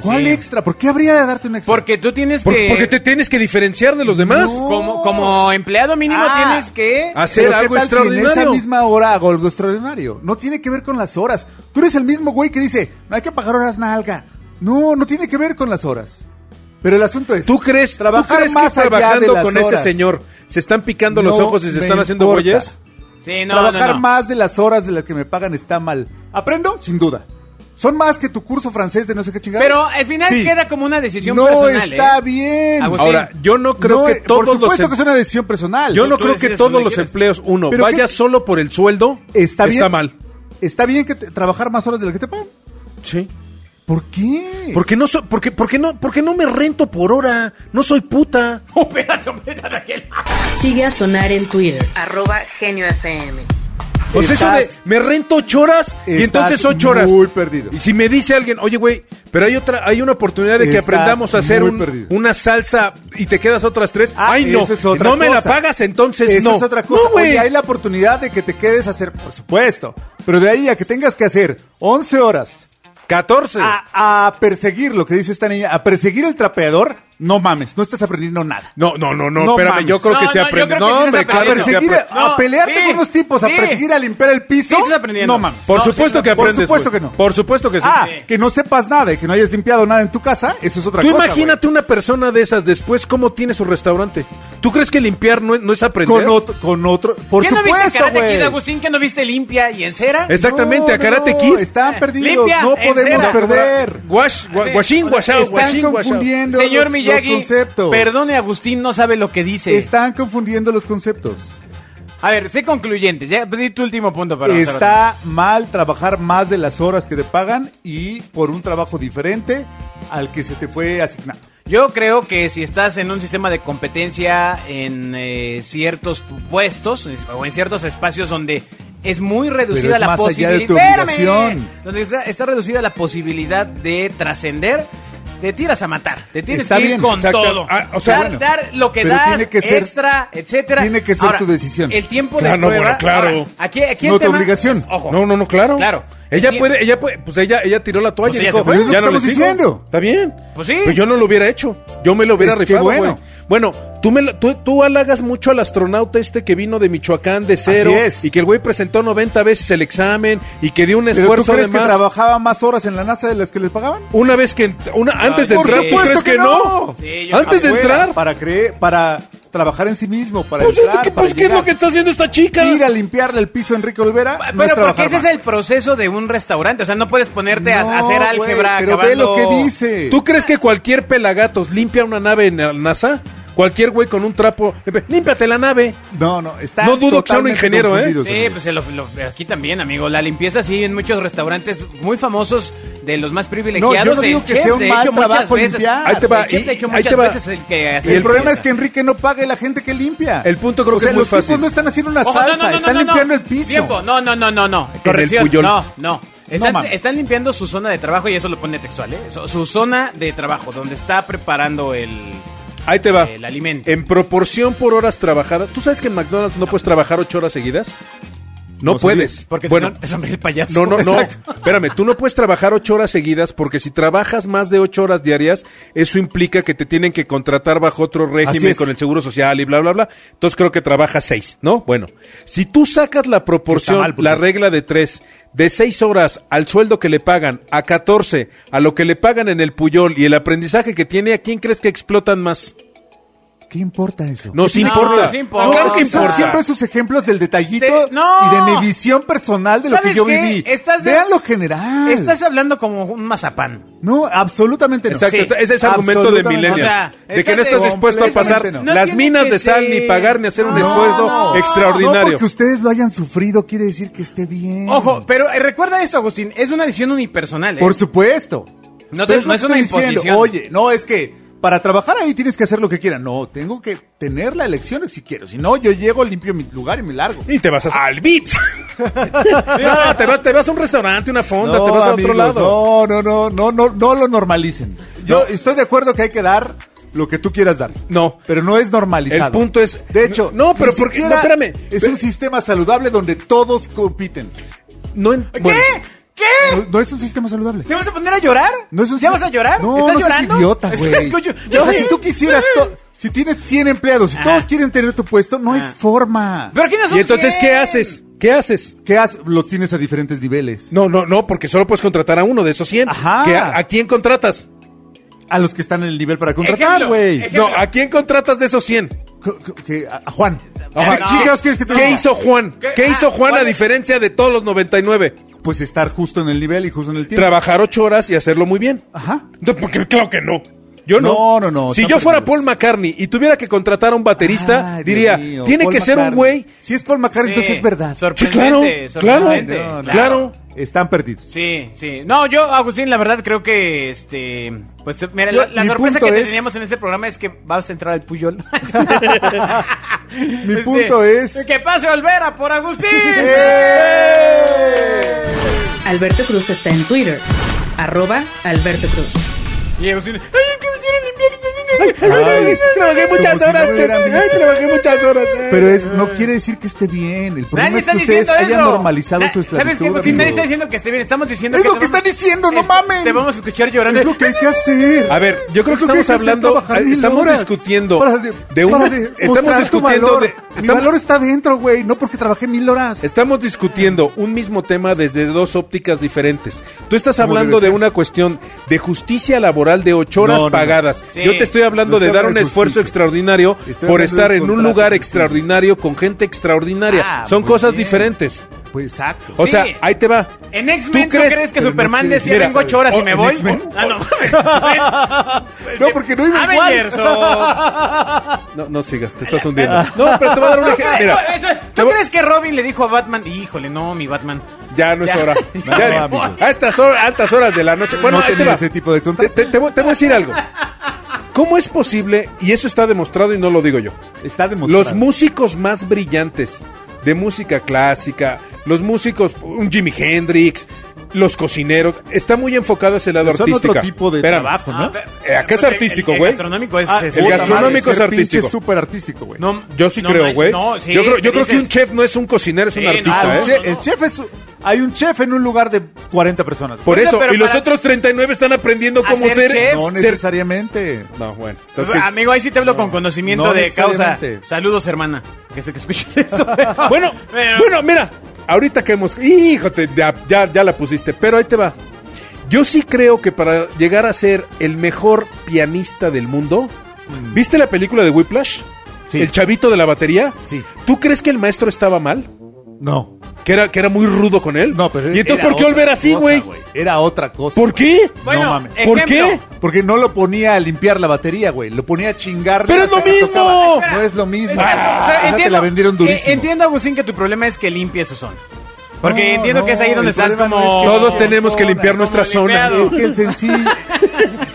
Speaker 3: ¿Cuál
Speaker 2: Sí.
Speaker 3: extra? ¿Por qué habría de darte un extra?
Speaker 2: Porque tú tienes
Speaker 4: Por-
Speaker 2: que...
Speaker 4: Porque te tienes que diferenciar de los demás.
Speaker 3: No.
Speaker 2: Como, como empleado mínimo
Speaker 3: Ah.
Speaker 2: tienes que...
Speaker 4: Ah, hacer
Speaker 3: Pero ¿qué
Speaker 4: algo
Speaker 3: tal si en
Speaker 4: extraordinario?
Speaker 3: esa misma hora hago algo extraordinario. No tiene que ver con las horas. Tú eres el mismo güey que dice, no hay que pagar horas nalga. No, no tiene que ver con las horas. Pero el asunto es...
Speaker 4: ¿Tú crees, tú
Speaker 3: trabajar
Speaker 4: crees
Speaker 3: más
Speaker 4: que
Speaker 3: allá de
Speaker 4: trabajando
Speaker 3: las
Speaker 4: con
Speaker 3: horas.
Speaker 4: ese señor se están picando los
Speaker 3: No
Speaker 4: ojos y se
Speaker 3: me
Speaker 4: están haciendo
Speaker 3: importa.
Speaker 4: güeyes?
Speaker 2: Sí, no, no,
Speaker 3: Trabajar
Speaker 2: no.
Speaker 3: más de las horas de las que me pagan está mal. ¿Aprendo? Sin duda. Son más que tu curso francés de no sé qué chingados.
Speaker 2: Pero al final
Speaker 3: Sí.
Speaker 2: queda como una decisión
Speaker 3: no
Speaker 2: personal,
Speaker 3: está
Speaker 2: ¿eh?
Speaker 3: bien.
Speaker 2: Agustín,
Speaker 4: Ahora, yo no creo
Speaker 3: No,
Speaker 4: que
Speaker 3: eh,
Speaker 4: todos
Speaker 3: por
Speaker 4: los
Speaker 3: supuesto que es una decisión personal.
Speaker 4: Yo no
Speaker 2: tú
Speaker 4: creo que
Speaker 2: decides
Speaker 4: todos
Speaker 2: dónde
Speaker 4: los
Speaker 2: quieres.
Speaker 4: empleos, uno,
Speaker 3: ¿Pero
Speaker 4: vaya
Speaker 3: qué?
Speaker 4: solo por el sueldo,
Speaker 3: está bien.
Speaker 4: mal.
Speaker 3: Está bien que te- trabajar más horas de las que te pagan.
Speaker 4: Sí.
Speaker 3: ¿Por qué?
Speaker 4: Porque no so- porque, porque no, porque no me rento por hora, no soy puta.
Speaker 2: Espérate, espérate, Daniel.
Speaker 1: Sigue a Sonar en Twitter, arroba Genio FM.
Speaker 4: O sea, eso de
Speaker 3: Estás-
Speaker 4: me rento ocho horas y
Speaker 3: Estás
Speaker 4: entonces ocho horas.
Speaker 3: muy perdido.
Speaker 4: Y si me dice alguien, oye, güey, pero hay otra, hay una oportunidad de que
Speaker 3: Estás
Speaker 4: aprendamos a hacer
Speaker 3: muy
Speaker 4: un-
Speaker 3: perdido.
Speaker 4: una salsa y te quedas otras tres.
Speaker 3: Ah,
Speaker 4: Ay, no,
Speaker 3: eso es otra
Speaker 4: no me la
Speaker 3: cosa.
Speaker 4: pagas, entonces
Speaker 3: Eso
Speaker 4: no.
Speaker 3: es otra cosa.
Speaker 4: No, güey.
Speaker 3: Oye, hay la oportunidad de que te quedes a hacer, por supuesto. Pero de ahí a que tengas que hacer 11 horas
Speaker 4: 14.
Speaker 3: a, a perseguir lo que dice esta niña, a perseguir el trapeador, no mames, no estás aprendiendo nada.
Speaker 4: No, no, no, no,
Speaker 3: No
Speaker 4: espérame,
Speaker 3: mames.
Speaker 4: yo creo
Speaker 2: No,
Speaker 4: que se
Speaker 2: no, yo
Speaker 4: aprende.
Speaker 2: creo que sí
Speaker 4: No,
Speaker 2: se
Speaker 4: hombre,
Speaker 2: aprende.
Speaker 4: claro
Speaker 3: A
Speaker 4: que se
Speaker 3: perseguir,
Speaker 4: aprende.
Speaker 2: No,
Speaker 3: a pelearte
Speaker 2: sí,
Speaker 3: con unos tipos, a
Speaker 2: sí.
Speaker 3: perseguir, a limpiar el piso.
Speaker 2: Sí, estás aprendiendo.
Speaker 3: No mames.
Speaker 4: Por
Speaker 2: No,
Speaker 4: supuesto
Speaker 2: sí,
Speaker 4: que
Speaker 2: no,
Speaker 4: aprendes.
Speaker 3: por supuesto
Speaker 4: güey.
Speaker 3: que no.
Speaker 4: Por supuesto que sí.
Speaker 3: Ah, que no sepas nada y que no hayas limpiado nada en tu casa, eso es otra
Speaker 4: Tú
Speaker 3: cosa.
Speaker 4: imagínate una persona de esas después cómo tiene su restaurante. ¿Tú crees que limpiar no es, no es
Speaker 3: güey.
Speaker 4: aprender?
Speaker 3: Con otro, con otro, por
Speaker 2: ¿Qué no viste
Speaker 3: supuesto,
Speaker 2: Karate Kid,
Speaker 3: güey.
Speaker 2: Agustín? ¿Qué no viste Limpia y Encera?
Speaker 4: Exactamente,
Speaker 3: No,
Speaker 4: a Karate
Speaker 3: no,
Speaker 4: Kid. Eh,
Speaker 3: Están perdidos,
Speaker 2: Limpia,
Speaker 3: no podemos
Speaker 2: encera.
Speaker 3: perder.
Speaker 4: Wash, wa-
Speaker 2: Sí.
Speaker 4: washing,
Speaker 2: O sea,
Speaker 4: wash out,
Speaker 3: Están
Speaker 4: washing, wash out.
Speaker 3: confundiendo
Speaker 2: Señor
Speaker 3: los,
Speaker 2: Miyagi,
Speaker 3: los conceptos.
Speaker 2: perdone, Agustín no sabe lo que dice.
Speaker 3: Están confundiendo los conceptos.
Speaker 2: A ver, sé concluyente. Ya di tu último punto para nosotros.
Speaker 3: Está mal trabajar más de las horas que te pagan y por un trabajo diferente al que se te fue asignado.
Speaker 2: Yo creo que si estás en un sistema de competencia en eh, ciertos puestos o en ciertos espacios donde es muy reducida
Speaker 3: es
Speaker 2: la
Speaker 3: más allá
Speaker 2: posibilidad
Speaker 3: de tu
Speaker 2: ¡Espérame!
Speaker 3: obligación.
Speaker 2: donde está, está reducida la posibilidad de trascender, te tiras a matar, te tienes
Speaker 3: Está
Speaker 2: que ir
Speaker 3: bien,
Speaker 2: con
Speaker 4: exacto.
Speaker 2: todo,
Speaker 4: Ah, o sea,
Speaker 2: dar,
Speaker 4: bueno.
Speaker 2: dar lo que
Speaker 3: Pero
Speaker 2: das,
Speaker 3: tiene que ser-
Speaker 2: extra, etcétera.
Speaker 3: tiene que ser tu decisión.
Speaker 2: El tiempo
Speaker 4: Claro,
Speaker 2: de prueba,
Speaker 4: bueno, claro.
Speaker 2: ahora, aquí, aquí el
Speaker 3: No tu
Speaker 2: tema-
Speaker 3: obligación.
Speaker 2: Ojo,
Speaker 4: No, no, no, claro.
Speaker 2: Claro.
Speaker 4: Ella
Speaker 2: Sí.
Speaker 4: puede, ella puede, pues ella, ella tiró la toalla
Speaker 2: Pues
Speaker 4: y
Speaker 2: ella
Speaker 4: dijo,
Speaker 2: se fue.
Speaker 4: "Bueno,
Speaker 3: Es lo
Speaker 4: ya
Speaker 3: que
Speaker 4: no les
Speaker 3: estamos
Speaker 4: sigo".
Speaker 3: diciendo.
Speaker 4: Está bien.
Speaker 2: Pues sí.
Speaker 4: Pero yo no lo hubiera hecho. Yo me lo hubiera
Speaker 3: Es que
Speaker 4: rifado, güey.
Speaker 3: bueno.
Speaker 4: Bueno, tú, me, lo- tú, tú halagas mucho al astronauta este que vino de Michoacán de cero.
Speaker 3: Así es.
Speaker 4: Y que el güey presentó 90 veces el examen y que dio un
Speaker 3: ¿Pero tú
Speaker 4: esfuerzo
Speaker 3: crees que
Speaker 4: además.
Speaker 3: trabajaba más horas en la NASA de las que les pagaban?
Speaker 4: Una vez que ent- una antes de
Speaker 2: por
Speaker 4: entrar, ¿tú
Speaker 2: supuesto
Speaker 4: crees que,
Speaker 3: que
Speaker 4: no?
Speaker 3: no.
Speaker 2: Sí, yo-
Speaker 4: antes de
Speaker 3: Afuera,
Speaker 4: entrar.
Speaker 3: Para creer, para trabajar en sí mismo, para
Speaker 4: Pues,
Speaker 3: entrar,
Speaker 4: es que-
Speaker 3: para
Speaker 4: pues, ¿qué es lo
Speaker 3: llegar.
Speaker 4: que está haciendo esta chica?
Speaker 3: Ir a limpiarle el piso a Enrique Olvera,
Speaker 2: Pa-
Speaker 3: no
Speaker 2: Pero
Speaker 3: es
Speaker 2: porque
Speaker 3: trabajar
Speaker 2: ese es
Speaker 3: más.
Speaker 2: el proceso de un restaurante. O sea, no puedes ponerte a-
Speaker 3: No,
Speaker 2: a hacer
Speaker 3: güey,
Speaker 2: álgebra
Speaker 3: pero ve
Speaker 2: acabando-
Speaker 3: lo que dice.
Speaker 4: ¿Tú crees que cualquier pelagatos limpia una nave en la NASA? Cualquier güey con un trapo, eh, límpiate la nave.
Speaker 3: No, no, está
Speaker 4: No dudo que sea un
Speaker 3: totalmente
Speaker 4: ingeniero, ¿eh?
Speaker 3: confundido,
Speaker 2: Sí,
Speaker 3: señor.
Speaker 2: pues lo- lo- aquí también, amigo. La limpieza, sí, en muchos restaurantes muy famosos, de los más privilegiados.
Speaker 3: No, yo no digo
Speaker 2: el
Speaker 3: que
Speaker 2: chef,
Speaker 3: sea un
Speaker 2: de
Speaker 3: mal
Speaker 2: hecho, muchas
Speaker 3: trabajo
Speaker 2: veces-
Speaker 3: limpiar.
Speaker 4: Ahí te va,
Speaker 2: El chef, de
Speaker 4: y-
Speaker 2: hecho,
Speaker 4: ahí te
Speaker 2: muchas
Speaker 4: va.
Speaker 2: veces el que hace
Speaker 3: El,
Speaker 2: limpieza.
Speaker 3: problema es que Enrique no paga a la gente que limpia.
Speaker 4: El punto creo
Speaker 3: O
Speaker 4: que
Speaker 3: sea,
Speaker 4: es muy
Speaker 3: los tipos
Speaker 4: fácil.
Speaker 3: no están haciendo una
Speaker 2: Ojo, no,
Speaker 3: salsa,
Speaker 2: no, no,
Speaker 3: están
Speaker 2: no, no.
Speaker 3: limpiando el piso.
Speaker 2: Tiempo. No, no, no, no, no.
Speaker 4: el
Speaker 2: Corrección.
Speaker 4: Puyol.
Speaker 2: No, no. Están,
Speaker 3: mames.
Speaker 2: están limpiando su zona de trabajo y eso lo pone textual, ¿eh? Su, su zona de trabajo, donde está preparando el.
Speaker 4: Ahí te va.
Speaker 2: El alimento.
Speaker 4: En proporción por horas trabajadas. ¿Tú sabes que en McDonald's no, puedes trabajar ocho horas seguidas? No,
Speaker 3: No
Speaker 4: puedes.
Speaker 2: Porque te son- te sonríe el payaso.
Speaker 4: No, no, no.
Speaker 3: Exacto.
Speaker 4: Espérame, tú no puedes trabajar ocho horas seguidas porque si trabajas más de ocho horas diarias, eso implica que te tienen que contratar bajo otro régimen
Speaker 3: es.
Speaker 4: con el seguro social y bla, bla, bla. Entonces creo que trabajas seis, ¿no? Bueno, si tú sacas la proporción,
Speaker 3: Está mal, pues,
Speaker 4: la
Speaker 3: sí.
Speaker 4: regla de tres, de seis horas al sueldo que le pagan, a 14, a lo que le pagan en el Puyol y el aprendizaje que tiene, ¿a quién crees que explotan más?
Speaker 3: ¿Qué importa eso?
Speaker 4: Nos
Speaker 2: No,
Speaker 4: importa.
Speaker 2: nos Ah, importa.
Speaker 4: Claro que
Speaker 3: son
Speaker 4: importa.
Speaker 3: siempre sus ejemplos del detallito
Speaker 2: Te- no.
Speaker 3: y de mi visión personal de lo que
Speaker 2: ¿Sabes
Speaker 3: yo
Speaker 2: qué?
Speaker 3: viví.
Speaker 2: Estás-
Speaker 3: Vean lo general.
Speaker 2: Estás hablando como un mazapán.
Speaker 3: No, absolutamente no.
Speaker 4: Exacto,
Speaker 2: Sí,
Speaker 4: ese es el argumento de
Speaker 3: absolutamente.
Speaker 4: Millennium.
Speaker 2: O sea,
Speaker 4: de que no
Speaker 2: estás
Speaker 4: estás dispuesto a pasar
Speaker 3: completamente no.
Speaker 4: las
Speaker 2: No tiene
Speaker 4: minas
Speaker 2: que
Speaker 4: de sal, ni
Speaker 2: ser.
Speaker 4: pagar, ni hacer un
Speaker 2: No,
Speaker 4: esfuerzo
Speaker 2: no.
Speaker 4: extraordinario.
Speaker 3: No porque ustedes lo hayan sufrido quiere decir que esté bien.
Speaker 2: Ojo, pero eh, recuerda esto, Agustín, es una decisión unipersonal. ¿eh?
Speaker 3: Por supuesto.
Speaker 2: No,
Speaker 3: Pero
Speaker 2: te- no
Speaker 3: lo
Speaker 2: es
Speaker 3: que
Speaker 2: una
Speaker 3: estoy diciendo.
Speaker 2: imposición.
Speaker 3: Oye, no, es que para trabajar ahí tienes que hacer lo que quieras. No, tengo que tener la elección si quiero. Si no, yo llego, limpio mi lugar y me largo.
Speaker 4: Y te vas a- al Vips. no, te vas, te vas a un restaurante, una fonda,
Speaker 3: No,
Speaker 4: te vas a otro
Speaker 3: amigos, No,
Speaker 4: lado.
Speaker 3: no, no, no, no, no lo normalicen. Yo estoy de acuerdo que hay que dar lo que tú quieras dar.
Speaker 4: No.
Speaker 3: Pero no es normalizado.
Speaker 4: El punto es-
Speaker 3: De hecho,
Speaker 4: No, pero
Speaker 3: ni
Speaker 4: porque-
Speaker 3: siquiera
Speaker 4: no, espérame.
Speaker 3: Es
Speaker 4: Pero-
Speaker 3: un sistema saludable donde todos compiten.
Speaker 4: No en-
Speaker 2: ¿Qué?
Speaker 4: bueno,
Speaker 2: ¿Qué?
Speaker 3: No, no es un sistema saludable.
Speaker 2: ¿Te vas a poner a llorar?
Speaker 3: No es un
Speaker 2: ¿Ya
Speaker 3: si-
Speaker 2: vas a llorar?
Speaker 3: No,
Speaker 2: ¿Estás
Speaker 3: no seas
Speaker 2: llorando?
Speaker 3: idiota,
Speaker 2: Es que
Speaker 3: güey.
Speaker 2: escucho-
Speaker 3: O sea, si tú quisieras... to- Si tienes 100 empleados, si
Speaker 2: Ah.
Speaker 3: todos quieren tener tu puesto, no
Speaker 2: Ah.
Speaker 3: hay forma.
Speaker 2: Pero aquí no son
Speaker 4: ¿Y entonces
Speaker 2: 100.
Speaker 4: qué haces? ¿Qué haces?
Speaker 3: ¿Qué haces? Lo tienes a diferentes niveles.
Speaker 4: No, no, no, porque solo puedes contratar a uno de esos 100.
Speaker 3: Ajá.
Speaker 4: ¿Qué- a, a quién contratas?
Speaker 3: A los que están en el nivel para contratar,
Speaker 2: Ejemplo,
Speaker 3: güey.
Speaker 2: ejemplo.
Speaker 4: No, ¿a quién contratas de esos 100?
Speaker 3: Que- que- que- A a Juan. Eh,
Speaker 4: Ajá.
Speaker 3: Ah, ¿Qué chingados quieres que te
Speaker 4: Ah, ¿Qué
Speaker 3: diga?
Speaker 4: hizo Juan?
Speaker 2: ¿Qué?
Speaker 4: ¿Qué,
Speaker 2: Ah,
Speaker 4: hizo Juan
Speaker 2: ¿cuál
Speaker 4: a
Speaker 2: es?
Speaker 4: diferencia de todos los 99?
Speaker 3: Pues estar justo en el nivel y justo en el tiempo.
Speaker 4: Trabajar ocho horas y hacerlo muy bien.
Speaker 3: Ajá.
Speaker 4: No, porque claro que no. Yo no.
Speaker 3: No, no, no,
Speaker 4: Si
Speaker 3: están
Speaker 4: yo fuera
Speaker 3: perdidos.
Speaker 4: Paul McCartney y tuviera que contratar a un baterista,
Speaker 3: Ay, Dios
Speaker 4: diría,
Speaker 3: mío,
Speaker 4: tiene
Speaker 3: Paul
Speaker 4: que ser un
Speaker 3: McCartney.
Speaker 4: güey.
Speaker 3: Si es Paul McCartney,
Speaker 2: Sí,
Speaker 3: entonces es verdad.
Speaker 4: Sí,
Speaker 2: Sorprendente,
Speaker 4: claro,
Speaker 2: sorprendente,
Speaker 4: claro, claro.
Speaker 3: Están perdidos.
Speaker 2: Sí, sí. No, yo, Agustín, la verdad creo que, este, pues, te- mira,
Speaker 3: Yo-
Speaker 2: la, la
Speaker 3: mi
Speaker 2: sorpresa
Speaker 3: punto
Speaker 2: que
Speaker 3: es-
Speaker 2: teníamos en este programa es que vas a entrar al Puyol. Este,
Speaker 3: Mi punto es... Eh.
Speaker 2: Que pase Olvera por Agustín.
Speaker 1: Alberto Cruz está en Twitter. Arroba Alberto Cruz.
Speaker 2: Y Agustín, ay, es que me hicieron limpiar.
Speaker 4: Trabajé
Speaker 3: Como si no me hubieran
Speaker 4: chef.
Speaker 3: visto.
Speaker 4: Ay, Trabajé muchas horas. eh.
Speaker 3: Pero es, no quiere decir que esté bien. El problema
Speaker 2: Nadie
Speaker 3: es que
Speaker 2: está
Speaker 3: ustedes
Speaker 2: diciendo
Speaker 3: hayan
Speaker 2: eso.
Speaker 3: normalizado
Speaker 4: Ah,
Speaker 2: Na-
Speaker 3: su esclavitud.
Speaker 2: ¿Sabes qué,
Speaker 4: Pues
Speaker 2: Agustín? Nadie está
Speaker 3: amigos.
Speaker 2: diciendo que esté bien. Estamos diciendo
Speaker 3: Es
Speaker 2: que
Speaker 3: lo
Speaker 2: te
Speaker 3: que
Speaker 2: vamos-
Speaker 3: están diciendo, no
Speaker 2: Es-
Speaker 3: mamen.
Speaker 2: Te vamos a escuchar llorando.
Speaker 3: Es lo que hay que hacer.
Speaker 4: A ver, yo creo
Speaker 3: Es
Speaker 4: que
Speaker 3: lo hay
Speaker 4: estamos
Speaker 3: hacer,
Speaker 4: hablando-
Speaker 3: trabajar mil
Speaker 4: estamos
Speaker 3: horas.
Speaker 4: discutiendo
Speaker 3: Para de,
Speaker 4: de una-
Speaker 3: para de
Speaker 4: estamos
Speaker 3: mostrar tu
Speaker 4: discutiendo
Speaker 3: valor.
Speaker 4: de-
Speaker 3: Mi
Speaker 4: estamos-
Speaker 3: valor está dentro, güey. No porque trabajé mil horas.
Speaker 4: Estamos discutiendo un mismo tema desde dos ópticas diferentes. Tú estás
Speaker 3: Como
Speaker 4: hablando
Speaker 3: debe
Speaker 4: de
Speaker 3: ser.
Speaker 4: una cuestión de justicia laboral de ocho horas
Speaker 3: No, no, no.
Speaker 4: pagadas.
Speaker 2: Sí.
Speaker 4: Yo te estoy hablando
Speaker 3: No
Speaker 4: de
Speaker 3: estoy
Speaker 4: dar un
Speaker 3: hablando de
Speaker 4: esfuerzo
Speaker 3: justicia.
Speaker 4: extraordinario
Speaker 3: Estoy
Speaker 4: por
Speaker 3: hablando
Speaker 4: estar
Speaker 3: de
Speaker 4: en un
Speaker 3: contratos,
Speaker 4: lugar
Speaker 3: sí.
Speaker 4: extraordinario con gente extraordinaria.
Speaker 2: Ah,
Speaker 4: Son
Speaker 3: muy
Speaker 4: cosas
Speaker 3: bien.
Speaker 4: diferentes.
Speaker 3: Pues exacto.
Speaker 4: O
Speaker 2: Sí.
Speaker 4: sea, ahí te va.
Speaker 2: En X-Men,
Speaker 4: ¿Tú
Speaker 2: ¿tú
Speaker 4: crees?
Speaker 2: crees, que
Speaker 3: Pero
Speaker 2: Superman
Speaker 3: no
Speaker 2: decía
Speaker 4: mira,
Speaker 2: vengo ocho horas
Speaker 3: oh,
Speaker 2: y me
Speaker 3: ¿en
Speaker 2: voy?
Speaker 3: X-Men?
Speaker 2: Ah, no.
Speaker 3: No, porque no iba igual.
Speaker 2: Avengers oh. o...
Speaker 4: No, no sigas, te estás hundiendo. No, pero te voy a dar un
Speaker 2: ¿Tú,
Speaker 4: ejemplo.
Speaker 2: crees,
Speaker 4: Mira,
Speaker 2: eso es-
Speaker 4: te
Speaker 2: ¿Tú
Speaker 4: voy-
Speaker 2: crees que Robin le dijo a Batman? Híjole, no, mi Batman.
Speaker 4: Ya no es
Speaker 2: Ya.
Speaker 4: hora.
Speaker 2: No,
Speaker 4: Ya-
Speaker 3: amigo.
Speaker 4: a estas horas, altas horas de la noche. Bueno,
Speaker 3: No
Speaker 4: ahí te
Speaker 3: tenía
Speaker 4: va.
Speaker 3: ese tipo de
Speaker 4: te,
Speaker 3: contacto.
Speaker 4: te- te voy te voy a decir algo. ¿Cómo es posible? Y eso está demostrado y no lo digo yo.
Speaker 3: Está demostrado.
Speaker 4: Los músicos más brillantes de música clásica, los músicos, un Jimi Hendrix, los cocineros, está muy enfocado hacia el lado
Speaker 3: Son
Speaker 4: artístico.
Speaker 3: otro tipo de trabajo, ¿no?
Speaker 4: Eh, acá es
Speaker 2: Porque
Speaker 4: artístico,
Speaker 2: Ah, pues, el-
Speaker 4: güey.
Speaker 2: El gastronómico es...
Speaker 3: Ah,
Speaker 2: es-
Speaker 4: el
Speaker 2: puta
Speaker 4: gastronómico
Speaker 2: madre.
Speaker 4: es artístico.
Speaker 3: Es súper artístico, güey.
Speaker 2: No,
Speaker 4: Yo sí
Speaker 2: no,
Speaker 4: creo,
Speaker 2: man-
Speaker 4: güey.
Speaker 2: no, sí,
Speaker 4: yo creo, yo
Speaker 2: te
Speaker 4: creo que
Speaker 2: dices-
Speaker 4: un chef no es un cocinero, es
Speaker 2: Sí,
Speaker 4: un
Speaker 2: no,
Speaker 4: artista,
Speaker 3: Ah, un
Speaker 4: ¿eh?
Speaker 2: no,
Speaker 3: che-
Speaker 2: no.
Speaker 3: el chef es... Hay un chef en un lugar de 40 personas.
Speaker 4: Por
Speaker 2: Oye,
Speaker 4: eso,
Speaker 2: pero
Speaker 4: y los
Speaker 2: para-
Speaker 4: otros 39 están aprendiendo
Speaker 2: A
Speaker 4: cómo
Speaker 2: ser
Speaker 4: ser...
Speaker 2: chef.
Speaker 3: no
Speaker 4: ser-
Speaker 3: necesariamente.
Speaker 4: No, bueno.
Speaker 2: Pues,
Speaker 4: entonces-
Speaker 2: amigo, ahí sí te hablo con conocimiento
Speaker 3: no
Speaker 2: de causa.
Speaker 3: necesariamente.
Speaker 2: Saludos, hermana. Que sé que escuches esto.
Speaker 4: Bueno,
Speaker 2: pero-
Speaker 4: bueno, mira, ahorita que hemos... Híjole, ya, ya, ya la pusiste, pero ahí te va. Yo sí creo que para llegar a ser el mejor pianista del mundo... ¿Viste la película de Whiplash?
Speaker 3: Sí.
Speaker 4: ¿El chavito de la batería?
Speaker 3: Sí.
Speaker 4: ¿Tú crees que el maestro estaba mal?
Speaker 3: No.
Speaker 4: ¿Que era, que era muy rudo con él?
Speaker 3: No, pero
Speaker 4: ¿Y entonces
Speaker 3: era
Speaker 4: por qué
Speaker 3: otra
Speaker 4: volver así,
Speaker 3: cosa,
Speaker 4: güey?
Speaker 3: Era otra cosa.
Speaker 4: ¿Por
Speaker 3: güey.
Speaker 4: qué?
Speaker 2: Bueno,
Speaker 3: No mames.
Speaker 4: ¿Por
Speaker 2: ejemplo,
Speaker 4: qué?
Speaker 3: Porque no lo ponía a limpiar la batería, güey. Lo ponía a chingar.
Speaker 4: ¡Pero es lo mismo!
Speaker 3: No es lo mismo.
Speaker 2: Espera,
Speaker 3: Ah,
Speaker 2: pero
Speaker 3: esa te la vendieron durísimo.
Speaker 2: eh, entiendo, Agustín, que tu problema es que limpie su zona. Porque
Speaker 3: No,
Speaker 2: entiendo
Speaker 3: no,
Speaker 2: que es ahí donde
Speaker 3: el
Speaker 2: estás
Speaker 3: problema
Speaker 2: como...
Speaker 3: no es que
Speaker 4: Todos
Speaker 3: no,
Speaker 4: tenemos que
Speaker 3: zona,
Speaker 4: limpiar
Speaker 2: como
Speaker 4: nuestra zona.
Speaker 2: limpiado.
Speaker 3: Es que el sencillo.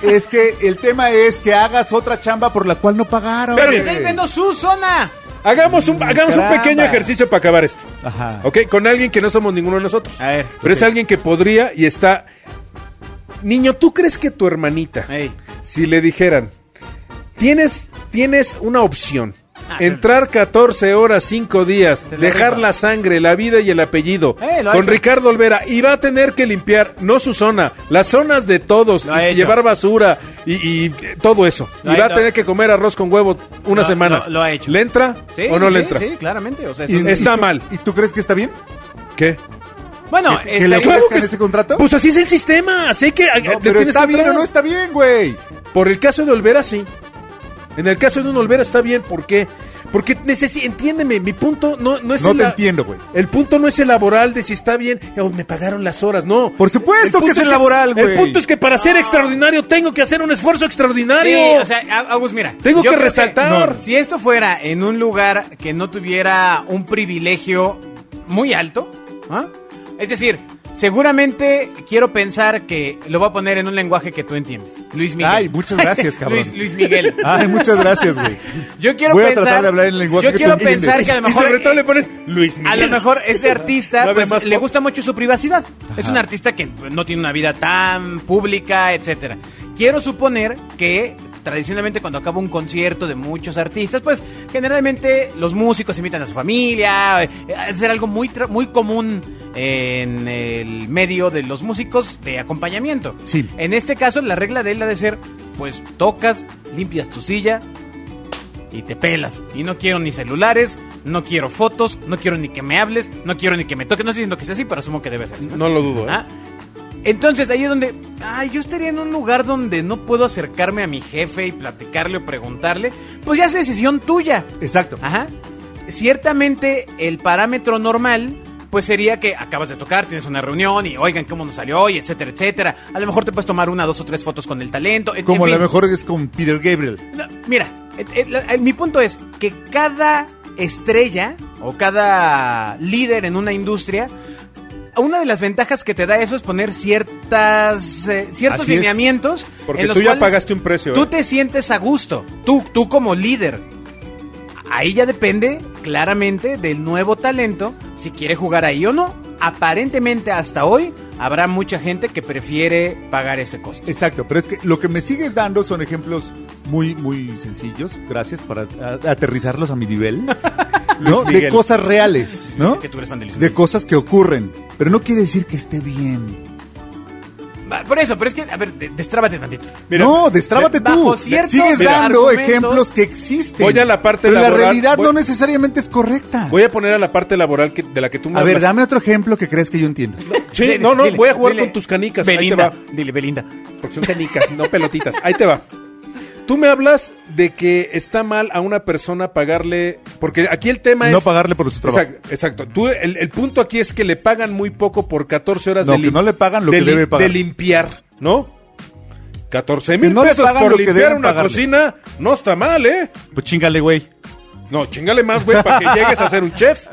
Speaker 3: es que el tema es que hagas otra chamba por la cual no pagaron.
Speaker 2: Pero que
Speaker 3: güey.
Speaker 2: está limpiando su zona.
Speaker 4: Hagamos
Speaker 2: Mm,
Speaker 4: un, hagamos un
Speaker 3: caramba.
Speaker 4: pequeño ejercicio para acabar esto.
Speaker 3: Ajá.
Speaker 4: Ok, con alguien que no somos ninguno de nosotros.
Speaker 2: A ver,
Speaker 4: Pero es
Speaker 2: ok.
Speaker 4: alguien que podría y está. Niño, ¿tú crees que tu hermanita,
Speaker 2: Ey.
Speaker 4: si le dijeran, tienes, tienes una opción?
Speaker 2: Ah, se-
Speaker 4: Entrar 14 horas, 5 días,
Speaker 2: Se la
Speaker 4: dejar
Speaker 2: rifa.
Speaker 4: la sangre, la vida y el apellido
Speaker 2: Eh, lo ha
Speaker 4: con
Speaker 2: hecho.
Speaker 4: Ricardo Olvera y va a tener que limpiar, no su zona, las zonas de todos,
Speaker 2: Lo ha
Speaker 4: y
Speaker 2: hecho.
Speaker 4: llevar basura y, y, eh, todo eso.
Speaker 2: Lo
Speaker 4: y
Speaker 2: ha-
Speaker 4: va a
Speaker 2: lo-
Speaker 4: tener que comer arroz con huevo una
Speaker 2: Lo-
Speaker 4: semana.
Speaker 2: lo- lo ha hecho.
Speaker 4: ¿Le entra
Speaker 2: Sí,
Speaker 4: o no
Speaker 2: sí,
Speaker 4: le
Speaker 2: sí,
Speaker 4: entra?
Speaker 2: Sí, claramente. O sea,
Speaker 3: Y-
Speaker 2: eso-
Speaker 4: está
Speaker 3: y tú-
Speaker 4: mal.
Speaker 3: ¿Y tú crees que está bien?
Speaker 4: ¿Qué?
Speaker 2: bueno, este,
Speaker 3: que- que le
Speaker 2: estaría-
Speaker 3: ofrezcan ese contrato?
Speaker 4: Pues así es el sistema, así que... eh,
Speaker 3: No,
Speaker 4: te
Speaker 3: pero
Speaker 4: tienes
Speaker 3: está
Speaker 4: que
Speaker 3: bien o
Speaker 4: entrar.
Speaker 3: no está bien, güey.
Speaker 4: Por el caso de Olvera, sí. En el caso de un Olvera está bien, ¿por qué? Porque necesi- entiéndeme, mi punto no, no es...
Speaker 3: No
Speaker 4: el
Speaker 3: te
Speaker 4: la-
Speaker 3: entiendo, güey.
Speaker 4: El punto no es el laboral de si está bien, oh, me pagaron las horas, no.
Speaker 3: Por supuesto que
Speaker 4: punto
Speaker 3: es el laboral,
Speaker 4: El
Speaker 3: güey.
Speaker 4: punto es que para ser extraordinario tengo que hacer un esfuerzo extraordinario.
Speaker 2: Sí, o sea, A- Agus, mira.
Speaker 4: Tengo
Speaker 2: yo
Speaker 4: que
Speaker 2: creo
Speaker 4: resaltar.
Speaker 2: no, si esto fuera en un lugar que no tuviera un privilegio muy alto, ¿ah? es decir, Seguramente quiero pensar que lo va a poner en un lenguaje que tú entiendes. Luis Miguel.
Speaker 3: Ay, muchas gracias, cabrón.
Speaker 2: Luis, Luis Miguel.
Speaker 4: Ah,
Speaker 3: Ay, muchas gracias, güey.
Speaker 2: Yo quiero
Speaker 3: Voy a
Speaker 2: pensar-
Speaker 3: tratar de hablar en el lenguaje
Speaker 2: yo
Speaker 3: que tú
Speaker 2: quiero
Speaker 3: entiendes.
Speaker 2: pensar que a lo
Speaker 4: Y
Speaker 2: mejor- eh,
Speaker 4: sobre todo le ponen Luis Miguel.
Speaker 2: A lo mejor este artista
Speaker 4: Sabe
Speaker 2: pues,
Speaker 4: más
Speaker 2: le
Speaker 4: pop.
Speaker 2: gusta mucho su privacidad. Es un artista que no tiene una vida tan pública, etcétera. Quiero suponer que tradicionalmente cuando acaba un concierto de muchos artistas, pues generalmente los músicos invitan a su familia. eh, Es algo muy tra- muy común en el medio de los músicos de acompañamiento.
Speaker 3: Sí.
Speaker 2: En este caso la regla de él ha de ser, pues tocas, limpias tu silla, y te pelas. Y no quiero ni celulares, no quiero fotos, no quiero ni que me hables, no quiero ni que me toques. No estoy diciendo que sea así, pero asumo que debe ser así, ¿no?
Speaker 4: No lo dudo, ¿eh?
Speaker 2: Ah, Entonces ahí es donde, ah, yo estaría en un lugar donde no puedo acercarme a mi jefe y platicarle o preguntarle, pues ya es decisión tuya.
Speaker 3: Exacto.
Speaker 2: Ajá. Ciertamente el parámetro normal pues sería que acabas de tocar, tienes una reunión y oigan cómo nos salió hoy, etcétera, etcétera. A lo mejor te puedes tomar una, dos o tres fotos con el talento. en- en
Speaker 3: Como a lo
Speaker 2: fin.
Speaker 3: mejor es con Peter Gabriel.
Speaker 2: No, mira, eh, eh, la- eh, mi punto es que cada estrella o cada líder en una industria, una de las ventajas que te da eso es poner ciertas eh, ciertos
Speaker 4: Así es.
Speaker 2: lineamientos.
Speaker 4: Porque
Speaker 2: en los
Speaker 4: tú ya
Speaker 2: cuales
Speaker 4: pagaste un precio,
Speaker 2: Tú
Speaker 4: ¿eh?
Speaker 2: te sientes a gusto, tú, tú como líder. Ahí ya depende claramente del nuevo talento, si quiere jugar ahí o no. Aparentemente hasta hoy habrá mucha gente que prefiere pagar ese costo.
Speaker 3: Exacto, pero es que lo que me sigues dando son ejemplos muy, muy sencillos. Gracias para a- aterrizarlos a mi nivel. ¿no?
Speaker 4: Luis
Speaker 3: De
Speaker 4: Miguel.
Speaker 3: cosas reales, ¿no?
Speaker 2: Es que tú eres fan de Luis
Speaker 3: De
Speaker 2: Miguel.
Speaker 3: cosas que ocurren. Pero no quiere decir que esté bien.
Speaker 2: Va, Por eso, pero es que, a ver, de- destrábate tantito.
Speaker 4: Mira,
Speaker 3: no, destrábate
Speaker 2: bajo
Speaker 3: tú.
Speaker 2: ciertos
Speaker 3: Sigues dando
Speaker 2: argumentos-
Speaker 3: ejemplos que existen.
Speaker 4: Voy a la parte
Speaker 3: Pero la
Speaker 4: laboral,
Speaker 3: realidad
Speaker 4: voy-
Speaker 3: no necesariamente es correcta.
Speaker 4: Voy a poner a la parte laboral que- de la que tú me
Speaker 3: A ver,
Speaker 4: hablas.
Speaker 3: dame otro ejemplo que crees que yo entiendo.
Speaker 4: Sí,
Speaker 2: Dile,
Speaker 4: no, no,
Speaker 2: dile,
Speaker 4: voy a jugar
Speaker 2: dile.
Speaker 4: con tus canicas. ahí te
Speaker 2: Belinda,
Speaker 4: va. Pues,
Speaker 2: dile, Belinda.
Speaker 4: Porque son canicas, no pelotitas. Ahí te va. Tú me hablas de que está mal a una persona pagarle. Porque aquí el tema es.
Speaker 3: No pagarle por su trabajo.
Speaker 4: Exacto. exacto. Tú, el, el punto aquí es que le pagan muy poco por 14 horas
Speaker 3: No,
Speaker 4: de
Speaker 3: que no le pagan lo
Speaker 4: de
Speaker 3: que
Speaker 4: li-
Speaker 3: debe pagar.
Speaker 4: De limpiar, ¿no? 14 mil
Speaker 3: Que no le
Speaker 4: pesos
Speaker 3: pagan
Speaker 4: por
Speaker 3: lo que
Speaker 4: limpiar
Speaker 3: deben
Speaker 4: una
Speaker 3: pagarle.
Speaker 4: cocina. No está mal, ¿eh?
Speaker 3: Pues chingale, güey.
Speaker 4: No, chingale más, güey, para que llegues a ser un chef.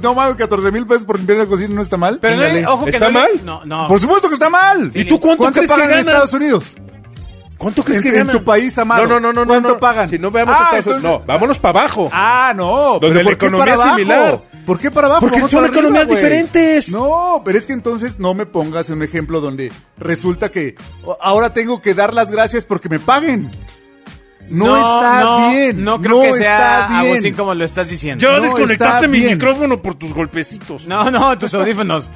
Speaker 3: no mames, 14 mil pesos por limpiar la cocina no está mal.
Speaker 2: Pero no,
Speaker 3: Chíngale.
Speaker 2: eh, ojo que no
Speaker 4: ¿Está
Speaker 2: le-
Speaker 4: mal? Pues,
Speaker 2: No, no.
Speaker 3: Por supuesto que está mal.
Speaker 4: ¿Y tú cuánto crees que
Speaker 3: pagan en
Speaker 4: ganan?
Speaker 3: Estados Unidos?
Speaker 4: ¿Cuánto crees
Speaker 3: En-
Speaker 4: que
Speaker 3: en
Speaker 4: ganan?
Speaker 3: tu país, amado.
Speaker 4: No, no, no, no.
Speaker 3: ¿Cuánto
Speaker 4: no, no.
Speaker 3: pagan?
Speaker 4: Si no veamos
Speaker 3: Ah,
Speaker 4: Estados Unidos.
Speaker 3: entonces-
Speaker 4: No, vámonos para abajo.
Speaker 3: Ah, no.
Speaker 4: Donde
Speaker 3: pero
Speaker 4: la
Speaker 3: ¿por qué
Speaker 4: economía
Speaker 3: para
Speaker 4: es
Speaker 3: abajo?
Speaker 4: similar.
Speaker 3: ¿Por qué para abajo?
Speaker 4: Porque
Speaker 3: Vamos
Speaker 4: son
Speaker 3: para arriba,
Speaker 4: economías
Speaker 3: güey.
Speaker 4: diferentes.
Speaker 3: No, pero es que entonces no me pongas en un ejemplo donde resulta que o- ahora tengo que dar las gracias porque me paguen. No, está
Speaker 2: no,
Speaker 3: bien.
Speaker 2: No creo que sea
Speaker 3: está bien.
Speaker 2: Agustín como lo estás diciendo.
Speaker 3: Yo- No, desconectaste está mi bien. micrófono
Speaker 4: por tus golpecitos.
Speaker 2: No, no, tus audífonos.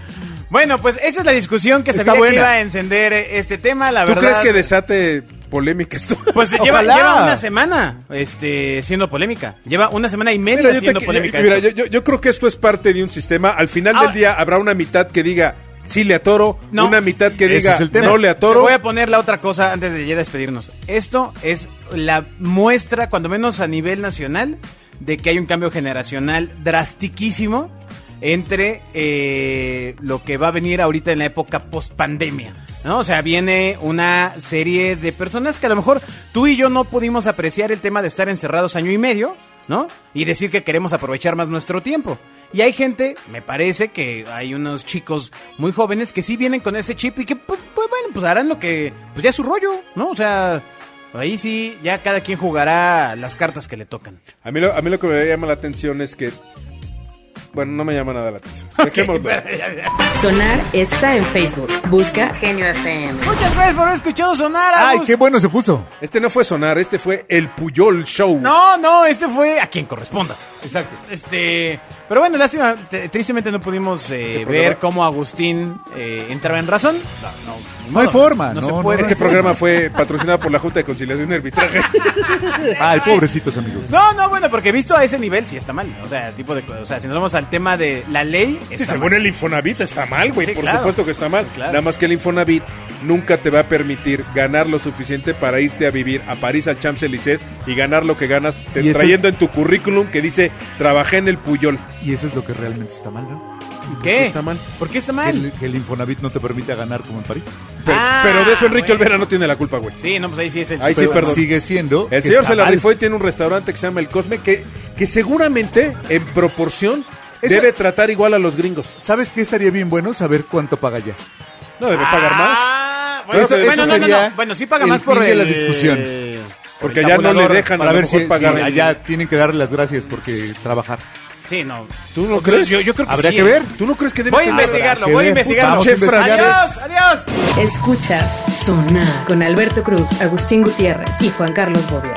Speaker 2: Bueno, pues esa es la discusión que
Speaker 3: Está
Speaker 2: sabía que
Speaker 3: buena.
Speaker 2: iba a encender eh, este tema, la
Speaker 4: ¿Tú
Speaker 2: verdad.
Speaker 4: crees que desate polémica esto?
Speaker 2: Pues lleva,
Speaker 3: Ojalá.
Speaker 2: lleva una semana este, siendo polémica. Lleva una semana y media
Speaker 4: Mira, yo,
Speaker 2: siendo
Speaker 4: te-
Speaker 2: polémica.
Speaker 4: mira,
Speaker 2: esto.
Speaker 4: yo- yo- yo creo que esto es parte de un sistema. Al final
Speaker 2: Ahora-
Speaker 4: del día habrá una mitad que diga sí le atoro,
Speaker 2: Ah. No.
Speaker 4: una mitad que
Speaker 3: Ese
Speaker 4: diga
Speaker 3: es el tema.
Speaker 4: no le
Speaker 2: Te
Speaker 4: atoro.
Speaker 2: voy a poner la otra cosa antes de ya despedirnos. Esto es la muestra, cuando menos a nivel nacional, de que hay un cambio generacional drastiquísimo entre eh, lo que va a venir ahorita en la época post pandemia. ¿no? O sea, viene una serie de personas que a lo mejor tú y yo no pudimos apreciar el tema de estar encerrados año y medio, ¿no? Y decir que queremos aprovechar más nuestro tiempo. Y hay gente, me parece que hay unos chicos muy jóvenes que sí vienen con ese chip y que, pues, pues, bueno, pues harán lo que, pues ya es su rollo, ¿no? O sea, ahí sí, ya cada quien jugará las cartas que le tocan.
Speaker 4: A, mí lo, a mí lo que me llama la atención es que. Bueno, no me llama nada la atención. Dejémoslo.
Speaker 1: Sonar está en Facebook. Busca Genio FM.
Speaker 2: Muchas gracias por haber escuchado sonar.
Speaker 3: Ay,
Speaker 2: Agus.
Speaker 3: qué bueno se puso.
Speaker 4: Este no fue sonar, este fue el Puyol Show.
Speaker 2: No, no, este fue a quien corresponda. Exacto. Este, pero bueno, lástima, te- tristemente no pudimos eh,
Speaker 4: Este programa-
Speaker 2: ver cómo Agustín eh, entraba en razón. No,
Speaker 3: No hay forma,
Speaker 2: No,
Speaker 3: no,
Speaker 2: se
Speaker 3: no,
Speaker 2: puede.
Speaker 3: no hay
Speaker 4: Este programa fue patrocinado por la Junta de Conciliación y Arbitraje.
Speaker 3: Ay, pobrecitos amigos.
Speaker 2: No, no, bueno, porque visto a ese nivel sí está mal. O sea, tipo de, co- o sea, si nos vamos al tema de la ley,
Speaker 4: Sí,
Speaker 2: está
Speaker 4: según
Speaker 2: mal.
Speaker 4: el Infonavit está mal, güey.
Speaker 2: Sí,
Speaker 4: por
Speaker 2: claro.
Speaker 4: supuesto que está mal.
Speaker 2: Claro.
Speaker 4: Nada más que el Infonavit nunca te va a permitir ganar lo suficiente para irte a vivir a París, al Champs-Élysées y ganar lo que ganas te-
Speaker 3: Y eso
Speaker 4: trayendo en tu currículum que dice trabajé en el Puyol.
Speaker 3: Y eso es lo que realmente está mal, ¿no?
Speaker 2: ¿Qué?
Speaker 4: está mal.
Speaker 2: ¿Por qué está
Speaker 3: Que
Speaker 2: mal?
Speaker 3: el, que el Infonavit no te permite ganar como en París.
Speaker 4: Pero,
Speaker 2: Ah,
Speaker 4: pero de eso Enrique
Speaker 2: bueno.
Speaker 4: Olvera no tiene la culpa, güey.
Speaker 2: Sí, no, pues ahí sí es el.
Speaker 4: Ahí sí,
Speaker 2: Pero-
Speaker 4: perdón.
Speaker 3: Sigue siendo.
Speaker 4: El
Speaker 3: que
Speaker 4: señor
Speaker 3: está
Speaker 4: se la
Speaker 3: mal.
Speaker 4: rifó y tiene un restaurante que se llama El Cosme que, que seguramente en proporción
Speaker 3: Esa-
Speaker 4: Debe tratar igual a los gringos.
Speaker 3: ¿Sabes qué estaría bien bueno? Saber cuánto paga ya.
Speaker 4: No debe pagar más.
Speaker 2: Ah, Bueno,
Speaker 3: Eso-
Speaker 2: pero-
Speaker 3: eso
Speaker 2: bueno, no, no,
Speaker 3: sería
Speaker 2: no. Bueno, sí paga
Speaker 3: el
Speaker 2: más por
Speaker 3: fin de la
Speaker 2: el-
Speaker 3: discusión.
Speaker 2: por
Speaker 4: Porque
Speaker 2: el
Speaker 4: allá no le
Speaker 2: tabulador.
Speaker 4: dejan a
Speaker 3: Para
Speaker 4: lo
Speaker 3: ver
Speaker 4: mejor
Speaker 3: si,
Speaker 4: pagar
Speaker 3: si
Speaker 4: el-
Speaker 3: allá tienen que darle las gracias porque trabajar.
Speaker 2: Sí, no.
Speaker 4: ¿Tú no crees?
Speaker 2: Yo, yo creo que
Speaker 3: Habrá
Speaker 2: sí,
Speaker 3: que
Speaker 2: ¿eh?
Speaker 3: ver.
Speaker 4: ¿Tú no crees que debe
Speaker 2: Voy a
Speaker 4: pagar?
Speaker 2: investigarlo,
Speaker 3: que
Speaker 2: voy a
Speaker 3: ver.
Speaker 2: investigarlo.
Speaker 4: Vamos a investigar.
Speaker 2: Adiós, adiós.
Speaker 1: Escuchas Sonar con Alberto Cruz, Agustín Gutiérrez y Juan Carlos Bobia.